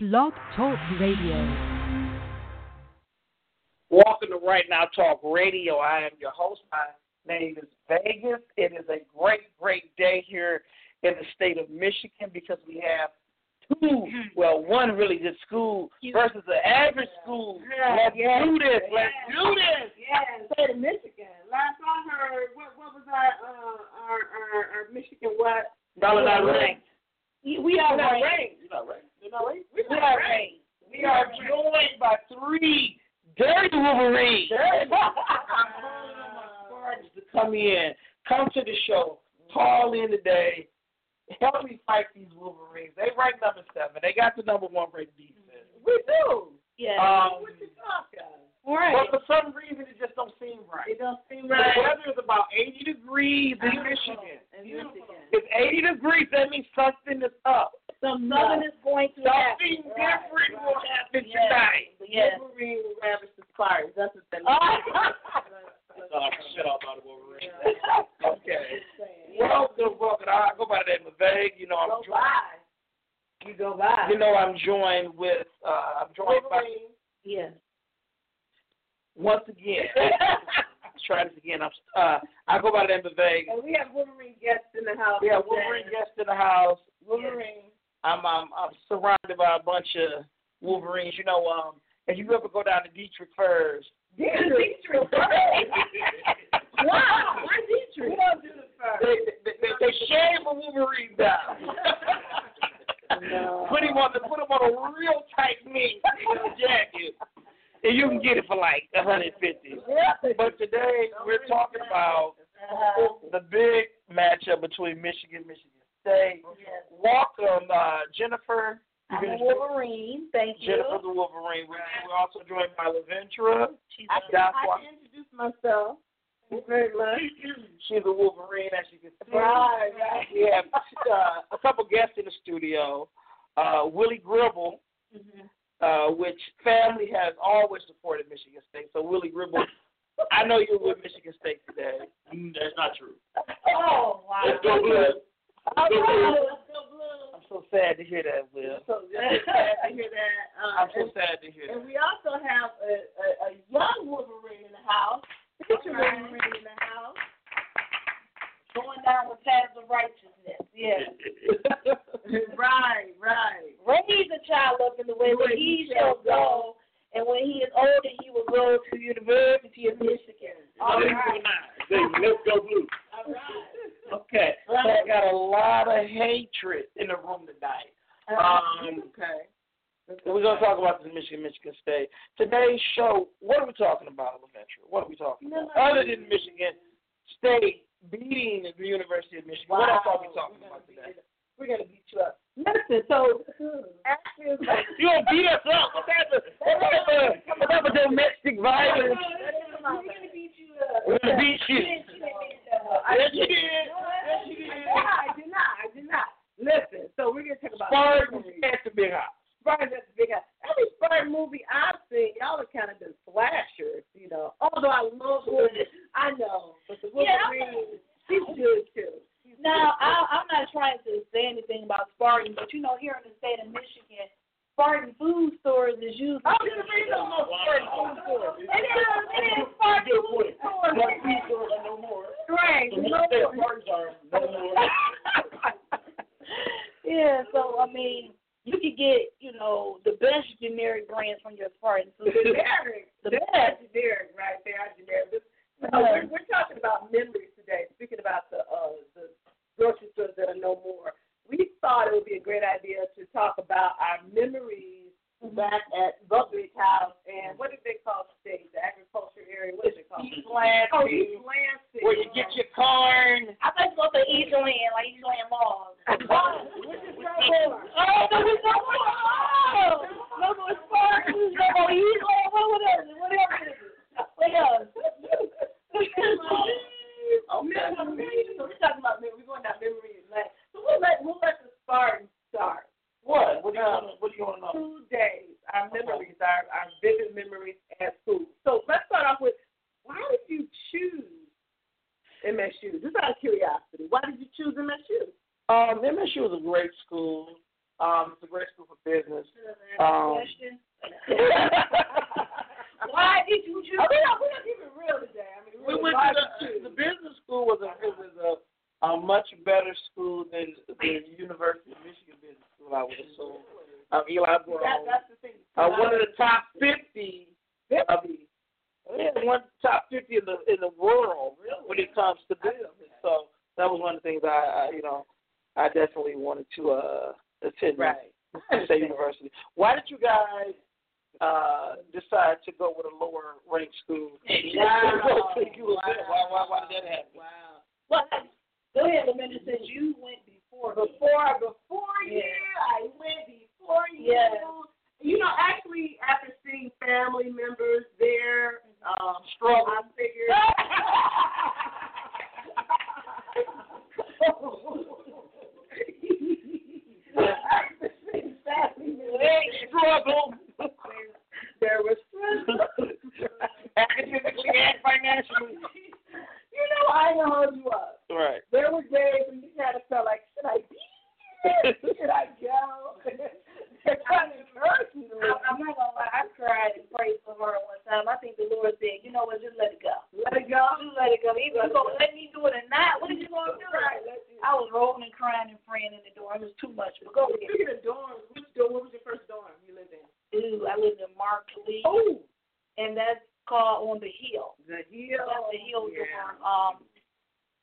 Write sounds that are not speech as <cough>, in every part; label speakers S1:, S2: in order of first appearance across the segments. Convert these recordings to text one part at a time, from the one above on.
S1: Blog Talk Radio.
S2: Welcome to Right Now Talk Radio. I am your host. My name is Vegas. It is a great, great day here in the state of Michigan because we have two, well, one really good school versus the average school. Let's do this. Let's do this.
S3: Yeah, state of Michigan. Last I heard, what what was our uh, our, our our Michigan what?
S2: Y'all are not ranked.
S3: We are ranked.
S2: You're not ranked. You're not ranked.
S3: We
S2: We are ranked. We are joined by three dirty Wolverines. I'm calling on my Spartans to come in, come to the show, call in today, help me fight these Wolverines. They ranked number seven. They got the number one ranked defense.
S3: We do. Yeah.
S2: Um,
S3: what you talking?
S2: but for some reason, it just don't seem right.
S3: It don't seem
S2: The
S3: right. Uh-huh.
S2: weather is about 80 degrees in Michigan.
S3: In Michigan.
S2: It's 80 degrees. That means something is up.
S3: Some nothing is going to happen.
S2: Something different will happen tonight.
S3: The Wolverine will ravish the Spartans. That's what that means.
S2: Oh, shit all about
S3: <laughs>
S2: the Wolverines. Okay. Welcome, welcome. I go by the name of Vague. You know I'm
S3: Go
S2: joined,
S3: by. You go by.
S2: you know I'm joined with uh, I'm joined by
S3: Wolverine. Yes.
S2: once again. Let's try this again. I'm uh, I go by the name of Vague.
S3: And we have Wolverine guests in the house.
S2: We have Wolverine
S3: today.
S2: guests in the house.
S3: Wolverine.
S2: I'm I'm I'm surrounded by a bunch of Wolverines. You know um if you ever go down to Dietrich first.
S3: Dietrich. Dietrich. wow. Why Dietrich? We don't do the
S2: They,
S3: first.
S2: they, they, they shave a Wolverine down.
S3: No.
S2: Put him on the put him on a real tight knit jacket, and you can get it for like 150. But today we're talking about
S3: Uh-huh.
S2: the big matchup between Michigan, and Michigan State.
S3: Yes.
S2: Welcome, uh, Jennifer.
S3: I'm a Wolverine. Thank you.
S2: Jennifer the Wolverine. We're, we're also joined by
S3: I,
S2: Laventra. She's
S3: can, I can introduce myself. Thank you very much.
S2: She's a Wolverine, as you can see.
S3: Right, right.
S2: <laughs> We have uh, a couple guests in the studio. Uh, Willie Gribble,
S3: Mm-hmm.
S2: uh, which family has always supported Michigan State. So Willie <laughs> Gribble, I know you're with Michigan State today. Mm, That's not true.
S3: Oh, wow.
S2: Let's go blue.
S3: All
S2: Let's go blue.
S3: right, let's go blue.
S2: I'm so sad to hear that, Will.
S3: So that's sad to hear that. Uh,
S2: I'm so
S3: and-
S2: sad to hear
S3: And
S2: that.
S3: we also have a, a, a young Wolverine in the house. Picture Wolverine in the house. Going down with paths of righteousness.
S2: <laughs>
S3: Yes. right, right.
S4: raise a child up in the way
S3: Where
S4: that
S3: he
S4: he shall
S3: shall
S4: go, and when he is older, he will go to University of Michigan.
S3: All right.
S2: Let's go blue.
S3: All right.
S2: Okay. So I got a lot of hatred in the room tonight. Um,
S3: okay.
S2: We're going to talk about this Michigan, Michigan State. Today's show, what are we talking about, LaVenture? What are we talking about? Other than Michigan State beating the University of Michigan, what else are we talking about today? <laughs>
S3: We're gonna beat you up. Listen, so <laughs> actually, it's like,
S2: You don't beat us up. That's a, that's a, that's a domestic violence.
S3: we're gonna beat you
S2: We're
S3: up.
S2: going to beat you. Yes, you did. Yes, you did.
S3: I did not. I did not. Listen, so we're gonna talk about
S2: Spartans at the big house.
S3: Spartans at the big house. Every Spartan movie I've seen, y'all have kind of been slashers, you know. Although I love Wolverine, I know, but the
S4: Yeah, I'm
S3: Wolverine, she's good too.
S4: Now, I, I'm not trying to say anything about Spartan, but you know, here in the state of Michigan, Spartan food stores is usually.
S3: I'm gonna read no more Spartan food
S4: It is, it is Spartan food stores.
S3: Right. No more.
S4: <laughs> yeah, so I mean, you could get you know the best generic brands from your Spartan food.
S2: <laughs>
S3: generic.
S4: The
S3: That's
S4: best.
S3: generic right there. That's generic. This- so Oh, we're, we're talking about memories today. Speaking about the uh, the grocery stores that are no more, we thought it would be a great idea to talk about our memories
S2: Mm-hmm.
S3: back at the big house and what did they call the state? The agriculture area. What did they call it?
S2: East Lansing,
S3: Oh, East Lansing.
S2: where you get your corn.
S4: I thought you were going to East Land, like East Land Mall.
S2: <laughs>
S3: Oh, which is no more.
S4: Oh, no, it's not what oh, no, no, it's Spartans, no, no, East Land, what, what else? What else is it? What else?
S3: Okay.
S2: <laughs>
S3: So we're talking about memory. We're going down memory lane. So we'll let we'll let the Spartans start. Um,
S2: What? What do you want? What do you want to know?
S3: Two days, our memories, our, our vivid memories at school. So let's start off with why did you choose MSU? Just out of curiosity, why did you choose MSU?
S2: Um, MSU is a great school. Um, it's a great school for business. <laughs>
S3: answer the
S2: Um.
S3: question? <laughs>
S4: <laughs>
S3: Why did you choose?
S5: I mean, I'm gonna keep it real today. I mean,
S2: we
S5: really, why
S2: went to
S5: did
S3: <laughs>
S2: the, the
S5: you-
S2: business school was a it was a, a much better school than than University of Michigan Business School. I would assume. Um, Eli
S5: That,
S2: Brown,
S5: that's the thing.
S2: uh, one of the top fifty of the yeah, one of the top fifty in the in the world when it comes to business. So that was one of the things I, I you know I definitely wanted to uh, attend
S5: Right.
S2: State University. Why did you guys uh, decide to go with a lower ranked school?
S5: <laughs>
S2: <laughs>
S5: Wow.
S2: You was there. Why, why, why did that happen?
S5: Wow.
S3: Well, go ahead, Lamenda, since you went before. me.
S5: Before, before
S3: Yeah.
S5: you, I went before you.
S3: Yeah.
S5: You know, actually, after seeing family members there, um,
S2: Struggle.
S5: I figured. After seeing family members, <laughs>
S2: struggle
S5: there was
S3: <laughs>
S5: struggle.
S2: academically and financially.
S5: <laughs> You know, I know how you are.
S2: Right.
S5: There were days when you kind of felt like, should I be
S3: <laughs>
S5: here? Should I go? <laughs> They're trying to encourage you to
S3: I,
S5: leave.
S3: I'm not gonna lie, I cried and prayed for her one time. I think the Lord said, you know what, just let it go.
S5: Let it go.
S3: Just let it go. Either you gonna let me do it or not. What are you gonna do?
S5: Right, let you.
S3: I was rolling and crying and praying in the dorm. It was too much. But go ahead.
S5: Speaking of dorms, which dorm? What was your first dorm you lived in?
S3: Dude, I lived in Markley,
S5: Oh,
S3: and that's called on the hill.
S5: the hill.
S3: That's the hill
S5: yeah.
S3: dorm. Um,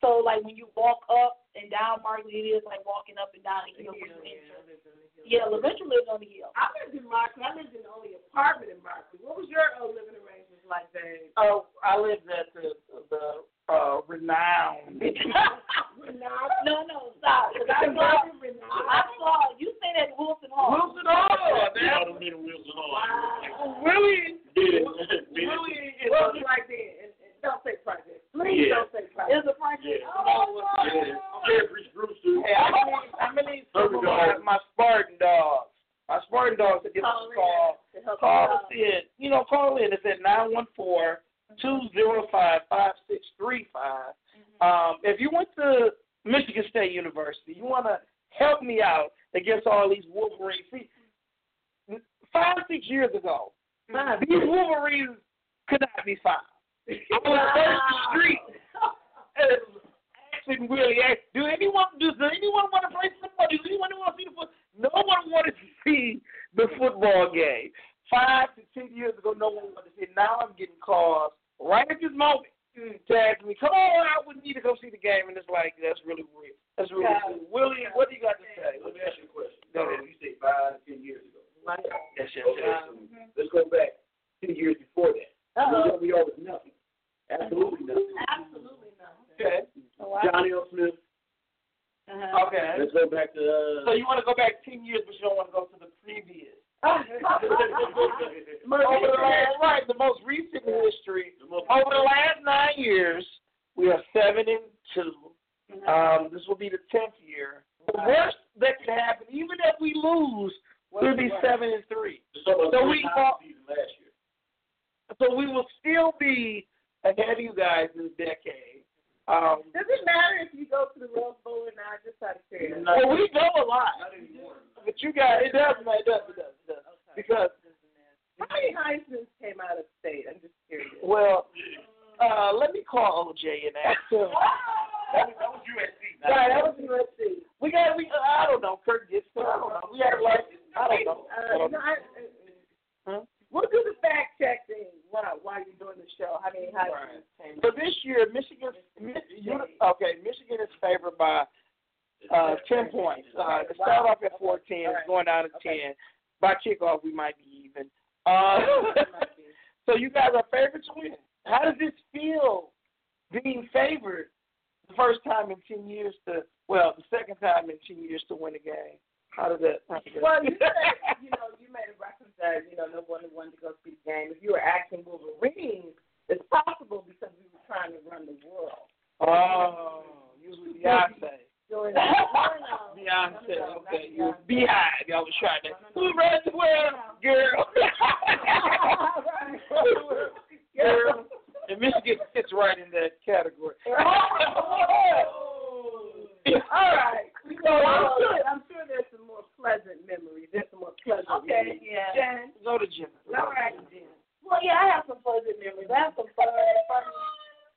S3: so like when you walk up and down Markley, it is like walking up and down a
S5: The
S3: hill.
S5: hill,
S3: when you
S5: yeah. I
S3: enter.
S5: lived on the hill.
S3: Yeah, LaVenture lives on the hill.
S5: I lived in Markley. I lived in the only apartment in Markley. What was your uh, living arrangements like,
S3: <laughs>
S5: babe?
S2: Oh, I lived at the the uh,
S5: <laughs>
S2: renowned.
S5: Renata.
S3: No, no, stop. 'cause
S5: I
S3: I saw,
S5: lived in
S3: I
S5: Renata.
S3: saw you stayed at Wilson Hall.
S2: Wilson Hall.
S6: I
S2: That
S6: don't need a Wilson Hall.
S5: Wow.
S2: really,
S6: Did it.
S2: really is
S5: What was like then? And, and don't say project. Please
S6: Yeah.
S5: don't say project.
S3: It's a project.
S6: Yeah.
S5: Oh, Lord.
S6: Yeah. Jeffrey Brewster.
S2: Hey, I'm gonna need, I'm gonna need some of my, my Spartan dogs. My Spartan dogs to give us a call.
S5: To help
S2: Call
S5: you
S2: us
S5: out.
S2: in. You know, call in. It's at nine one four two zero five five six three five. Um, if you went to Michigan State University, you want to help me out against all these Wolverines. See, five, six years ago, these Wolverines could not be found. I was searching the street. And it was actually really act- Do anyone does anyone want to play football? Does anyone want to see the football? No one wanted to <laughs> see the football game. Five to ten years ago, no one wanted to see. it. Now I'm getting calls right at this moment to ask me, "Come on out, we need to go see the game," and it's like that's really weird. That's really
S5: Yeah.
S2: weird. Willie, what do you got to say?
S6: Let me ask you a question.
S2: Go ahead.
S6: You say five, ten years ago.
S5: Right.
S6: Yes, yes,
S2: Okay.
S6: yes.
S5: Mm-hmm.
S6: Let's go back ten years before that.
S2: Uh-huh.
S5: Uh-oh.
S6: We all was nothing. Absolutely nothing.
S5: Absolutely not.
S2: Okay.
S6: Johnny O. Smith.
S5: Oh, Uh-huh.
S2: Okay.
S5: <laughs>
S6: <laughs> Let's go back to. Uh,
S2: So you want to go back ten years, but you don't want to go to the
S6: <laughs>
S2: previous.
S6: Uh, the
S2: Over the last, right, the most recent in history.
S6: most-
S2: Over the last nine years, we are seven and two. Um, this will be the tenth year. The worst that could happen, even if we lose, we'll be seven and three.
S6: It's almost
S2: So
S6: three
S2: we
S6: times
S2: fought-
S6: the season last year.
S2: So we will still be ahead of you guys this decade. Um,
S5: Does it matter if you go to the Rose Bowl or not? Just out of curiosity. Oh,
S2: well, we go a lot,
S6: Not anymore.
S2: but you guys, it does, it does, it does, it does. Because
S5: How many Heisman's came out of state? I'm just curious.
S2: Well, uh, let me call OJ and ask him.
S6: That was, that was USC. not-
S2: Right, that was-
S5: USC.
S2: We got, we, uh, I don't know, Kurt gets, I don't know. We had like, I don't know. I
S5: Uh,
S2: don't know.
S5: not,
S2: Huh?
S5: We'll do the fact check thing while while you're doing the show. How many Heisman's came
S2: For this year, Michigan, Mi- uni- okay, Michigan is favored by uh, ten points. Uh, it started off at fourteen, it's going down to ten. By kickoff, we might be even. Uh, <laughs>
S5: out?
S2: so you guys are favored to win. How does this feel being favored the first time in ten years to, well, the second time in ten years to win a game? How does that? How does that
S5: Well, you said, <laughs> you know, you made a reference that, you know, no one wanted to go see the game. If you were acting Wolverine, it's possible because we were trying to run the world.
S2: <laughs> Oh, usually Beyonce.
S5: During the
S2: <laughs> Beyonce, okay. You was behind. Y'all was trying to, who ran the world,
S5: <laughs>
S2: girl? <laughs>
S3: <laughs>
S2: girl. And Michigan fits right in that category.
S5: All
S2: <laughs>
S5: right. So I'm sure, I'm sure there's some more pleasant memories. There's some more pleasant
S3: Okay,
S5: memories.
S3: yeah.
S5: Jen.
S2: Go to Jim.
S5: All right, Jen.
S3: Well, yeah, I have some pleasant memories. I have some fun. fun.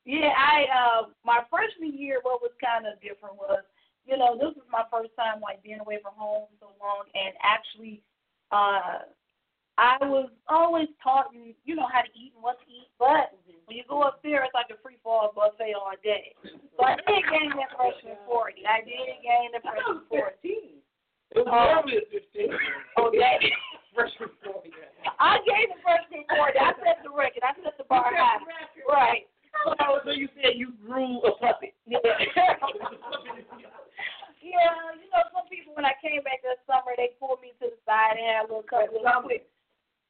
S3: Yeah, I uh, my freshman year, what was kind of different was, you know, this was my first time like being away from home so long, and actually, uh, I was always taught, you you know, how to eat and what to eat, but when you go up there, it's like a free fall buffet all day. So I did gain that freshman forty. I did gain the
S5: I was
S3: freshman forty.
S5: fifteen.
S2: It was probably a 15.
S3: Oh, that.
S2: freshman four, yeah.
S3: I gave the freshman forty. I set the record. I set the bar high. Right.
S2: Oh, So, so you said you grew a puppet.
S3: Yeah. yeah, you know, some people when I came back that summer, they pulled me to the side and had a little cut real quick.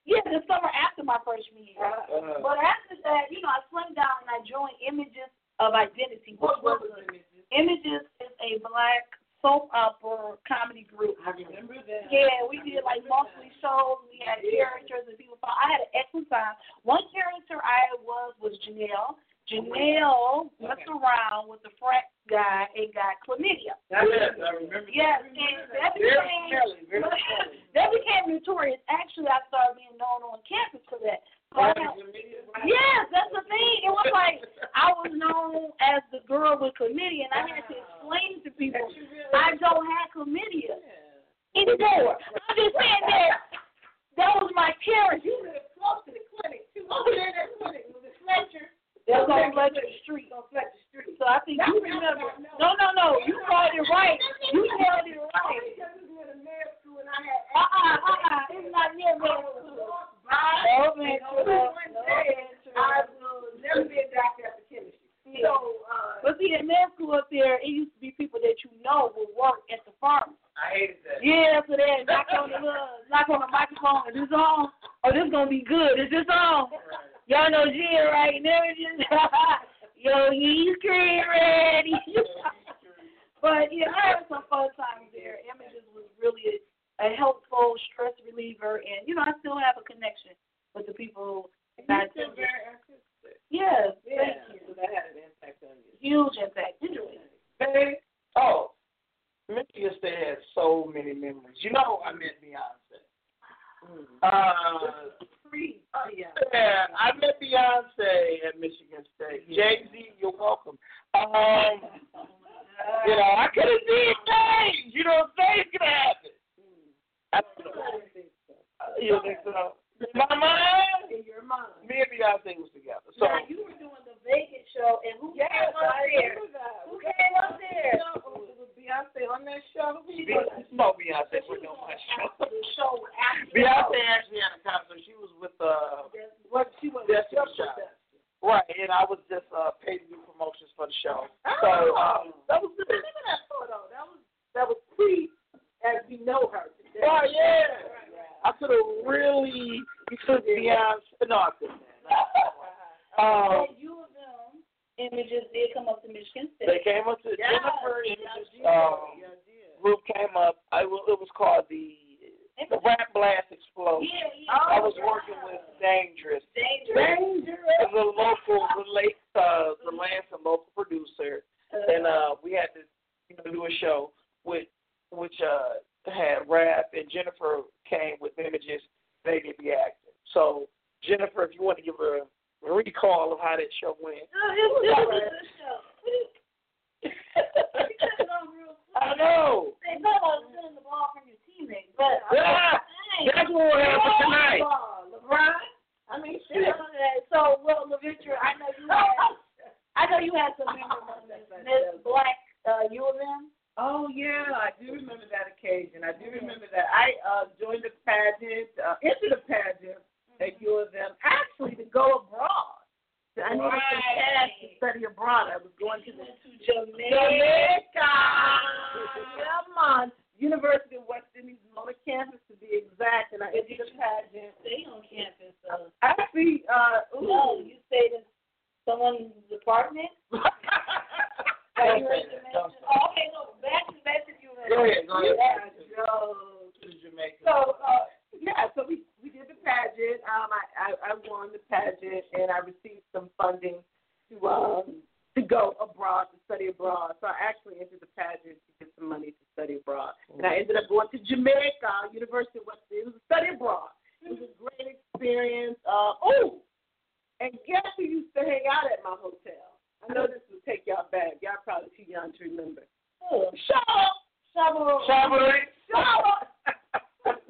S3: Yeah, the summer after my freshman year.
S5: Uh-huh.
S2: Uh,
S3: But after that, you know, I slimmed down and I joined Images of Identity, which
S5: What
S3: was
S5: was
S3: a,
S5: it, Mrs.?
S3: Images is a black soap opera comedy group.
S5: I remember that.
S3: Yeah, we did like monthly shows. We had characters and people. Thought, I had an excellent time. One character I was was
S5: Oh,
S3: Janelle. Janelle messed around with the frat guy and got chlamydia.
S6: Yes, I remember.
S3: Yes, and that
S2: very
S3: became
S2: smelly,
S3: <laughs>
S2: very <laughs> smelly.
S3: that became notorious. Actually, I started being known on campus for that. So I had-
S6: Yeah.
S3: yes, that's the thing. It was like I was known as the girl with chlamydia, and I had to explain to people I don't have chlamydia anymore. I'm just saying that that was my character.
S5: You live close to the clinic, too. Over there in that clinic, Mrs. Fletcher.
S3: That was on Fletcher Street.
S5: On Fletcher Street.
S3: So I think you remember. No, no, no. You called it right. You called it right.
S5: Only because we were in the med school and I had.
S3: Uh uh uh uh. It's not near Middlesbrough. No, Middlesbrough. No,
S5: I
S3: Middlesbrough.
S5: will never be a doctor after chemistry.
S3: Yeah.
S5: So, uh,
S3: But see, in med school up there, it used to be people that you know would work at the pharmacy.
S6: I hated that.
S3: Yeah, so they knock on the little, knock on the microphone. Is this on? Oh, this gonna be good. Is this on? Y'all know Jen, right? And everything. <laughs> Yo, he's getting ready. <laughs> but yeah, I had some fun times there. Images was really a, a helpful stress reliever, and you know, I still have a connection with the people.
S5: you're
S3: That
S5: still very artistic.
S3: yes,
S5: Yeah,
S3: thank
S5: so that had an impact on you.
S3: you. Huge impact. Anyway.
S2: Baby, oh, Michigan State has so many memories. You know, I met Beyonce. Uh,
S5: Free. Oh, yeah.
S2: yeah, I met Beyonce at Michigan State. Jay Z, you're welcome. Um, you know, I could have did things. You know, things could happen. I, uh, you think so? My mind,
S5: In your mind.
S2: me and Beyonce was together. So
S3: now you were doing the Vegas show, and who
S5: Yes,
S3: came up
S5: I
S3: there?
S5: remember that.
S3: Who came up there?
S5: Beyonce on that show.
S2: Be- no, Beyonce was no much.
S3: The show after.
S2: <laughs> Beyonce actually had a concert. She was with uh.
S5: What she was.
S2: Destiny Child. Right, and I was just uh paid to do promotions for the show.
S3: Oh,
S2: So um, that was
S5: Remember
S2: it.
S5: that photo? That was that was pre as we know her today.
S2: Oh yeah. I could have really took Beyonce. No, I
S5: <laughs>
S2: couldn't. Um,
S3: And you of them images did come up to Michigan
S2: they
S3: State.
S2: came up to
S5: Yeah.
S2: Jennifer and
S5: Yeah,
S2: this
S5: yeah,
S2: um,
S5: yeah, yeah.
S2: group came up. I wa- it was called the the Rap Blast Explosion.
S3: Yeah, yeah.
S2: I was working with Dangerous.
S3: Dangerous.
S2: as a local, the late, uh, the last a local producer, and uh, we had to, you know, do a show with, which uh, had rap, and Jennifer came with images. They did the acting. So Jennifer, if you want to give a recall of how that show went, <laughs> I know.
S3: They thought I was stealing the ball from your teammate, but oh,
S2: Yeah, Ah, that's what happened tonight.
S3: LeBron.
S5: I mean, she
S2: Yeah.
S3: So, well, LaVitra, I know you had, I know you <laughs> had some memorable Miss Black, uh, U of M.
S5: Oh yeah, I do remember that occasion. I do remember that. I uh, joined the pageant, uh, into the pageant at U of M, actually to go abroad. I needed some
S3: Mm-hmm. Right.
S5: cash to study abroad. I was going to the
S3: To
S5: <laughs>
S3: Jamaica.
S5: Jamaica. Come on. University of West Indies, Mona campus to be exact, and I entered the
S3: <laughs>
S5: pageant.
S3: Stay on campus. Uh,
S5: Actually, uh, ooh,
S3: no, you stayed in someone's apartment. While you were in Jamaica. Oh, okay, no, back to back to you.
S2: Go ahead, go ahead.
S5: yeah, Joe. So, uh, yeah, so we, we did the pageant. Um, I, I, I won the pageant, and I received some funding to um to go abroad to study abroad. So I actually entered the pageant to get some uh, money to study abroad, and I ended up going to Jamaica, University of West. It was a study abroad.
S3: experience. Uh, oh, and guess who used to hang out at my hotel? I know this will take y'all back. Y'all probably too young to remember. Oh, Shaw, Shaw,
S2: Charbonnet.
S3: <laughs> Shaw,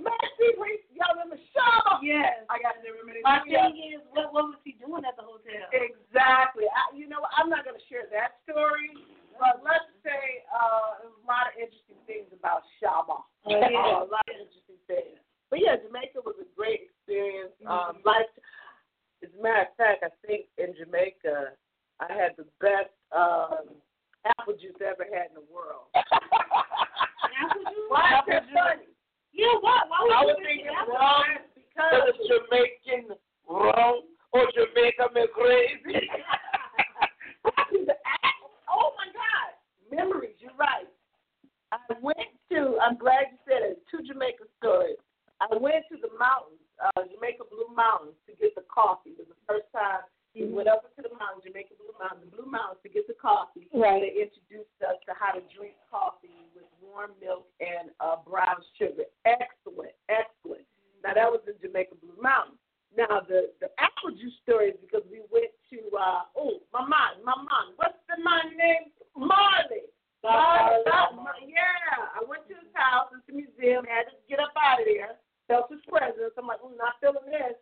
S3: Maxie Reese. Y'all remember Shaw?
S7: Yes.
S3: I got to remember this.
S7: My thing is, what what was he doing at the hotel?
S3: Exactly. I, you know, what, I'm not going to share that story, but let's say uh, there was a lot of interesting things about
S7: Oh,
S3: Shaba.
S7: yeah.
S3: Uh,
S5: <laughs>
S3: a lot of interesting things. But yeah, Jamaica was a great experience. Um, like, as a matter of fact, I think in Jamaica, I had the best um, apple juice I ever had in the <laughs> world.
S7: Apple juice?
S3: Why is
S2: Apple
S3: that
S2: juice.
S3: funny?
S7: Yeah, what? Why would
S2: I
S7: you
S2: was
S7: do
S2: thinking
S7: that?
S2: rum
S3: Because
S2: because Jamaican rum or Jamaica me
S3: <laughs>
S2: crazy.
S3: oh my God, memories. You're right. I went to. I'm glad you said it. Two Jamaica stories. I went to the mountains, uh, Jamaica Blue Mountains, to get the coffee. It was the first time we went up into the mountains, Jamaica Blue Mountains, the Blue Mountains, to get the coffee.
S7: Right.
S3: They introduced us to how to drink coffee with warm milk and uh, brown sugar. Excellent, excellent. Now that was in Jamaica Blue Mountains. Now the the apple juice story is because we went to uh, oh my mom, my mom. What's the man name? Marley. Marley. Marley. Yeah, I went to his house. It's a museum. I had to get up out of there felt his presence. I'm like, ooh, not feeling this.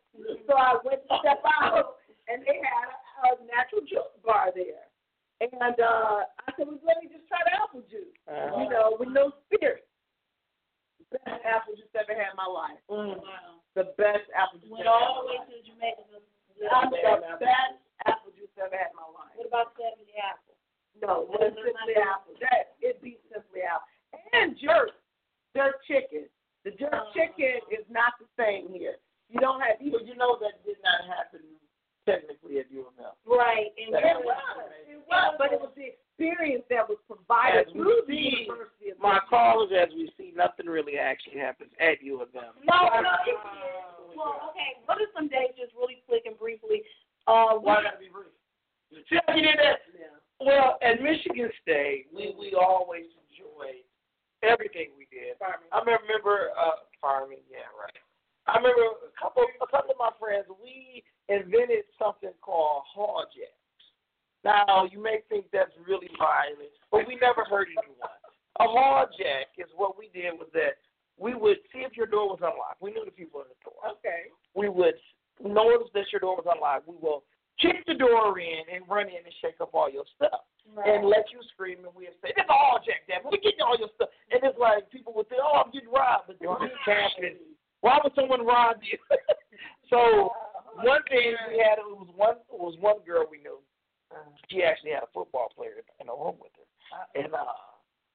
S3: So I went to step out, and they had a, a natural juice bar there. And uh, I said, well, let me just try the apple juice,
S2: Uh-huh.
S3: you know, with no spirit. Best apple juice I've ever had in my life.
S7: Wow.
S3: mm, The best apple juice.
S7: Went
S3: I've
S7: all the way
S3: ever had
S7: to Jamaica.
S3: in my life. I'm the
S7: What
S3: best apple juice I've ever had in my life.
S7: about Seventy Apple?
S3: No, it wasn't
S7: That's
S3: simply
S7: not-
S3: apple. That it beat simply apple. And jerk, jerk chicken. The jerk
S7: Oh.
S3: chicken is not the same here. You don't have either.
S2: you know that did not happen technically at UML.
S7: Right. And
S2: That
S7: you're
S3: It
S2: was
S3: was, it was, but it was the experience that was provided
S2: As we
S3: through the
S2: see,
S3: University of
S2: My callers, as we see, nothing really actually happens at U of M.
S7: No, no, it is. Well, okay. What are some days, just really quick and briefly? Uh,
S2: Why
S7: what?
S2: not be brief? Tell you that.
S3: Michigan.
S2: Well, at Michigan State, we we always enjoyed everything we did.
S3: Farming.
S2: I remember uh farming, yeah, right. I remember a couple a couple of my friends, we invented something called hall jacks. Now you may think that's really violent, but we never hurt anyone. A hall jack is what we did was that we would see if your door was unlocked. We knew the people in the door.
S3: <laughs> Okay.
S2: We would notice that your door was unlocked. We will kick the door in and run in and shake up all your stuff and let you scream, and we'd say, "That's all, Jack. Dad. We're getting all your stuff." And it's like people would say, "Oh, I'm getting robbed," but you're happened. <laughs> Why would someone rob you? <laughs> so one thing we had it was one it was one girl we knew. She actually had a football player in- in a room with her, and uh,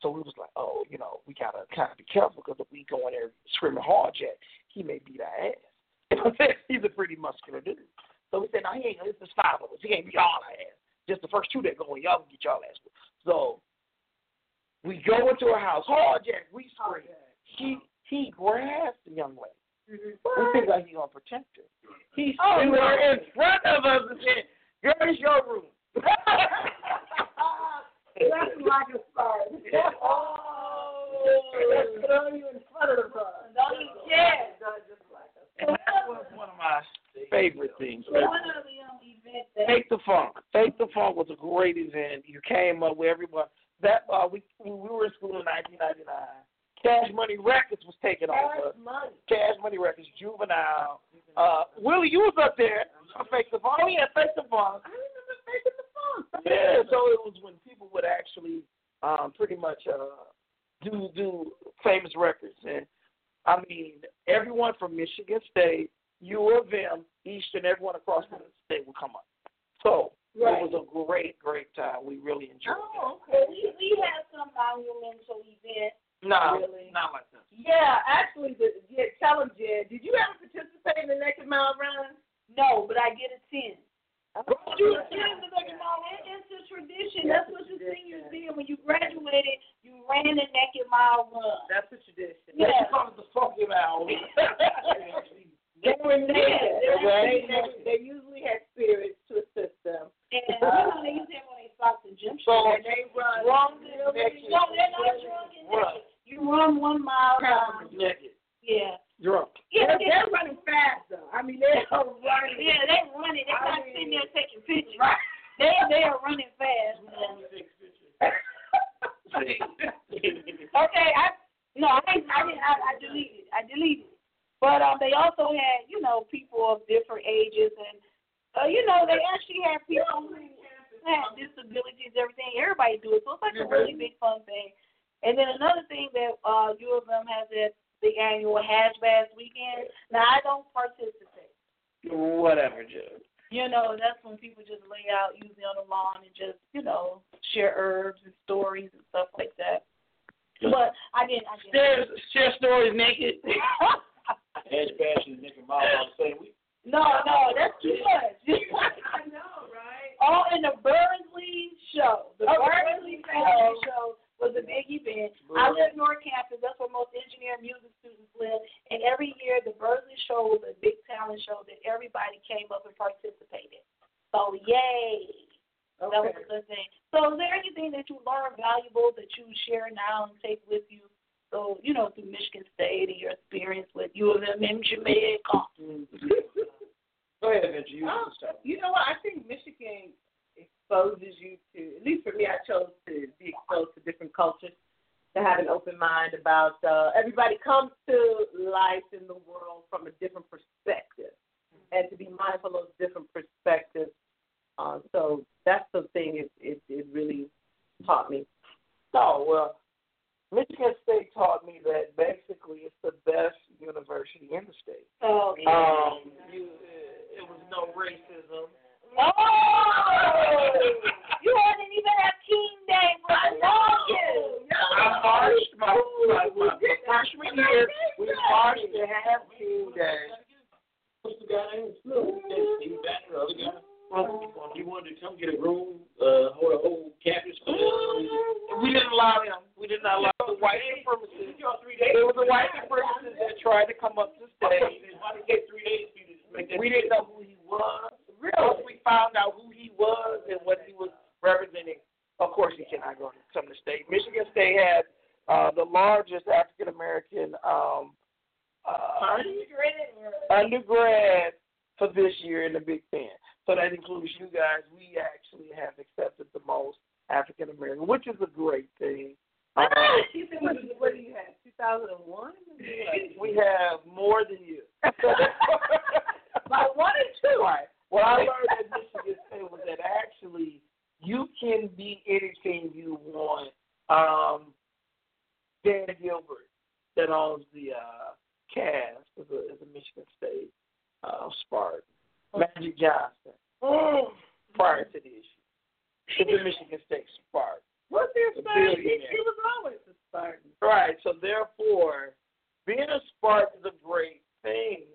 S2: so we was like, "Oh, you know, we gotta kind of be careful because if we go in there screaming hard, Jack, he may beat our ass. <laughs> He's a pretty muscular dude." So we said, "No, he ain't. This is five of us. He ain't beat all our ass." just the first two that go in, y'all can get y'all ass whooped. So we go into her house, hard jack, we scream. He he grabs the young lady.
S3: Mm-hmm.
S2: We think like he gonna protect her. He
S3: Oh,
S2: threw her
S3: no.
S2: in front of us and said, "Girl, it's your
S3: <laughs>
S2: room." <laughs>
S3: Uh, That's like a
S7: <laughs>
S3: start.
S2: Yeah.
S3: Oh. Just throw you in front of the bus.
S7: Yeah.
S3: That's just like a
S2: and that was one of my favorite things.
S7: So one of the um, events that
S2: Fake the Funk. Fake the Funk was a great event. You came up with everyone. That uh, we we were in school in 1999. Cash Money Records was taking over.
S3: That's money.
S2: Cash Money Records, Juvenile. Uh, Willie, you was up there. on Fake the Funk. Oh yeah, Fake the Funk.
S3: I remember making the phone.
S2: Yeah. So it was when people would actually um, pretty much uh, do do famous records, and I mean everyone from Michigan State, U of M, East, and everyone across the state would come up. So
S3: Right.
S2: it was a great, great time. We really enjoyed
S7: well,
S3: Oh, okay.
S7: we we had some monumental event.
S2: it. No,
S7: Oh,
S3: Really?
S2: not like that.
S3: Yeah, actually, the, yeah, tell him, Jen. Did you ever participate in the Naked Mile Run?
S7: No, but I get a ten.
S3: Oh,
S7: You attended the Naked Mile. It- It's a tradition. That's what your seniors did when you graduated. You ran the Naked Mile run.
S3: That's what you did.
S2: They
S7: Yeah.
S2: call it the
S3: <laughs>
S2: funky mouth.
S3: They were naked.
S2: Okay.
S3: They, they, they usually had spirits to assist them.
S7: And you know they used to have on their socks and gym
S2: So,
S7: shorts.
S3: And they run.
S2: Drunk
S3: really-
S2: naked.
S7: No, they're not drunk and
S2: Run.
S7: naked. You run one mile. Um,
S2: naked,
S7: yeah.
S2: drunk.
S7: Yeah.
S3: They're, <laughs> they're running fast, though. I mean, they're Yeah, they running. They're not sitting there taking pictures. They they are running fast. okay, I no, I didn't, I didn't, I, I deleted, I deleted. But um, they also had you know people of different ages and uh, you know they actually had people who had disabilities, everything. Everybody do it, so it's like a really big fun thing. And then another thing that uh, U of M has at the annual Hashbash weekend. Now I don't participate.
S2: <laughs> Whatever, Joe.
S3: You know, that's when people just lay out usually on the lawn and just, you know, share herbs and stories and stuff like that. But I didn't I
S2: Share, share stories naked.
S3: didn't
S6: Edge bashing and making miles all the same. We
S3: <laughs> No, no, that's too much.
S5: <laughs> I know, right?
S3: All in the Burnley show. The
S5: Okay.
S3: Burnley Family Show was a big event. I live North Campus. That's where most engineer and music students live. And every year, the Burnley show was a big talent show that everybody came up and participated. So, yay. That was a good thing. So, is there anything that you learned valuable that you share now and take with you? So, you know, through Michigan State and your experience with U of M in Jamaica.
S6: go ahead, Vince. You
S5: Oh,
S6: can start.
S5: You know what? I think Michigan exposes you to, at least for me, I chose to be exposed to different cultures, to have an open mind about uh, everybody comes to life in the world from a different perspective and to be mindful of different perspectives. Uh, so that's the thing it, it, it really taught me.
S2: No, well, Michigan State taught me that basically it's the best university in the state.
S3: So,
S2: Um, you, it was no racism.
S3: Oh! You haven't even had King Day for I love you.
S2: I marched my, my, my, my freshman year. We marched to have King Day.
S6: What's the guy name? Steve Banner, the other guy. Well, he wanted to come get a room, uh, or a whole campus. for that.
S2: We didn't allow him. We did not allow the white supremacists. It was the white supremacists that tried to come up to stage.
S6: Why did it take three days for you to make that?
S2: We didn't know who he was. Once we found out who he was and what he was representing, of course he cannot go to some of the state. Michigan State has uh, the largest African American um, uh, undergrad for this year in the Big Ten. So that includes you guys. We actually have accepted the most African American, which is a great thing. Um,
S5: She said, what, what do you have? 2001?
S2: we have more than you.
S5: <laughs> By one or two?
S2: Right. What I learned at Michigan State was that actually you can be anything you want. Um, Dan Gilbert, that owns the uh, Cavs, is a, is a Michigan State uh, Spartan. Magic Johnson,
S3: Oh.
S2: prior to the issue, is a Michigan State Spartan.
S5: What's their
S2: A
S5: Spartan? He,
S2: billionaire.
S5: he was always a Spartan.
S2: Right. So therefore, being a Spartan is a great thing.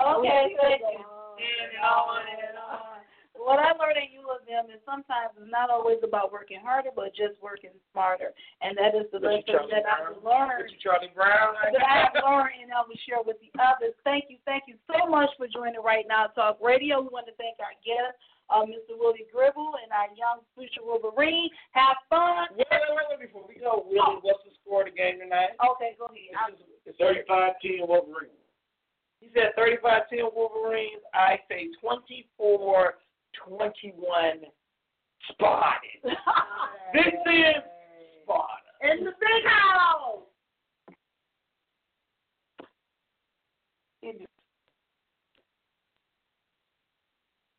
S3: Okay, thank you.
S5: And
S3: on and on. What I learned at U of M is sometimes it's not always about working harder, but just working smarter. And that is the
S2: Mr.
S3: lesson
S2: Charlie
S3: that
S2: Brown.
S3: I've learned.
S2: Mr. Charlie Brown.
S3: That I've learned and I will share with the others. Thank you, thank you so much for joining Right Now Talk Radio. We want to thank our guest, uh, Mr. Willie Gribble, and our young future Wolverine. Have fun.
S2: Wait, wait, wait, wait, before we go, Willie, what's the score of the game tonight?
S3: Okay, go
S2: <laughs>
S3: ahead. I'm-
S2: It's 35 10 Wolverines. He said 35 10 Wolverines. I say 24 21 Spotted. This is Sparta.
S5: In the big house.
S3: It is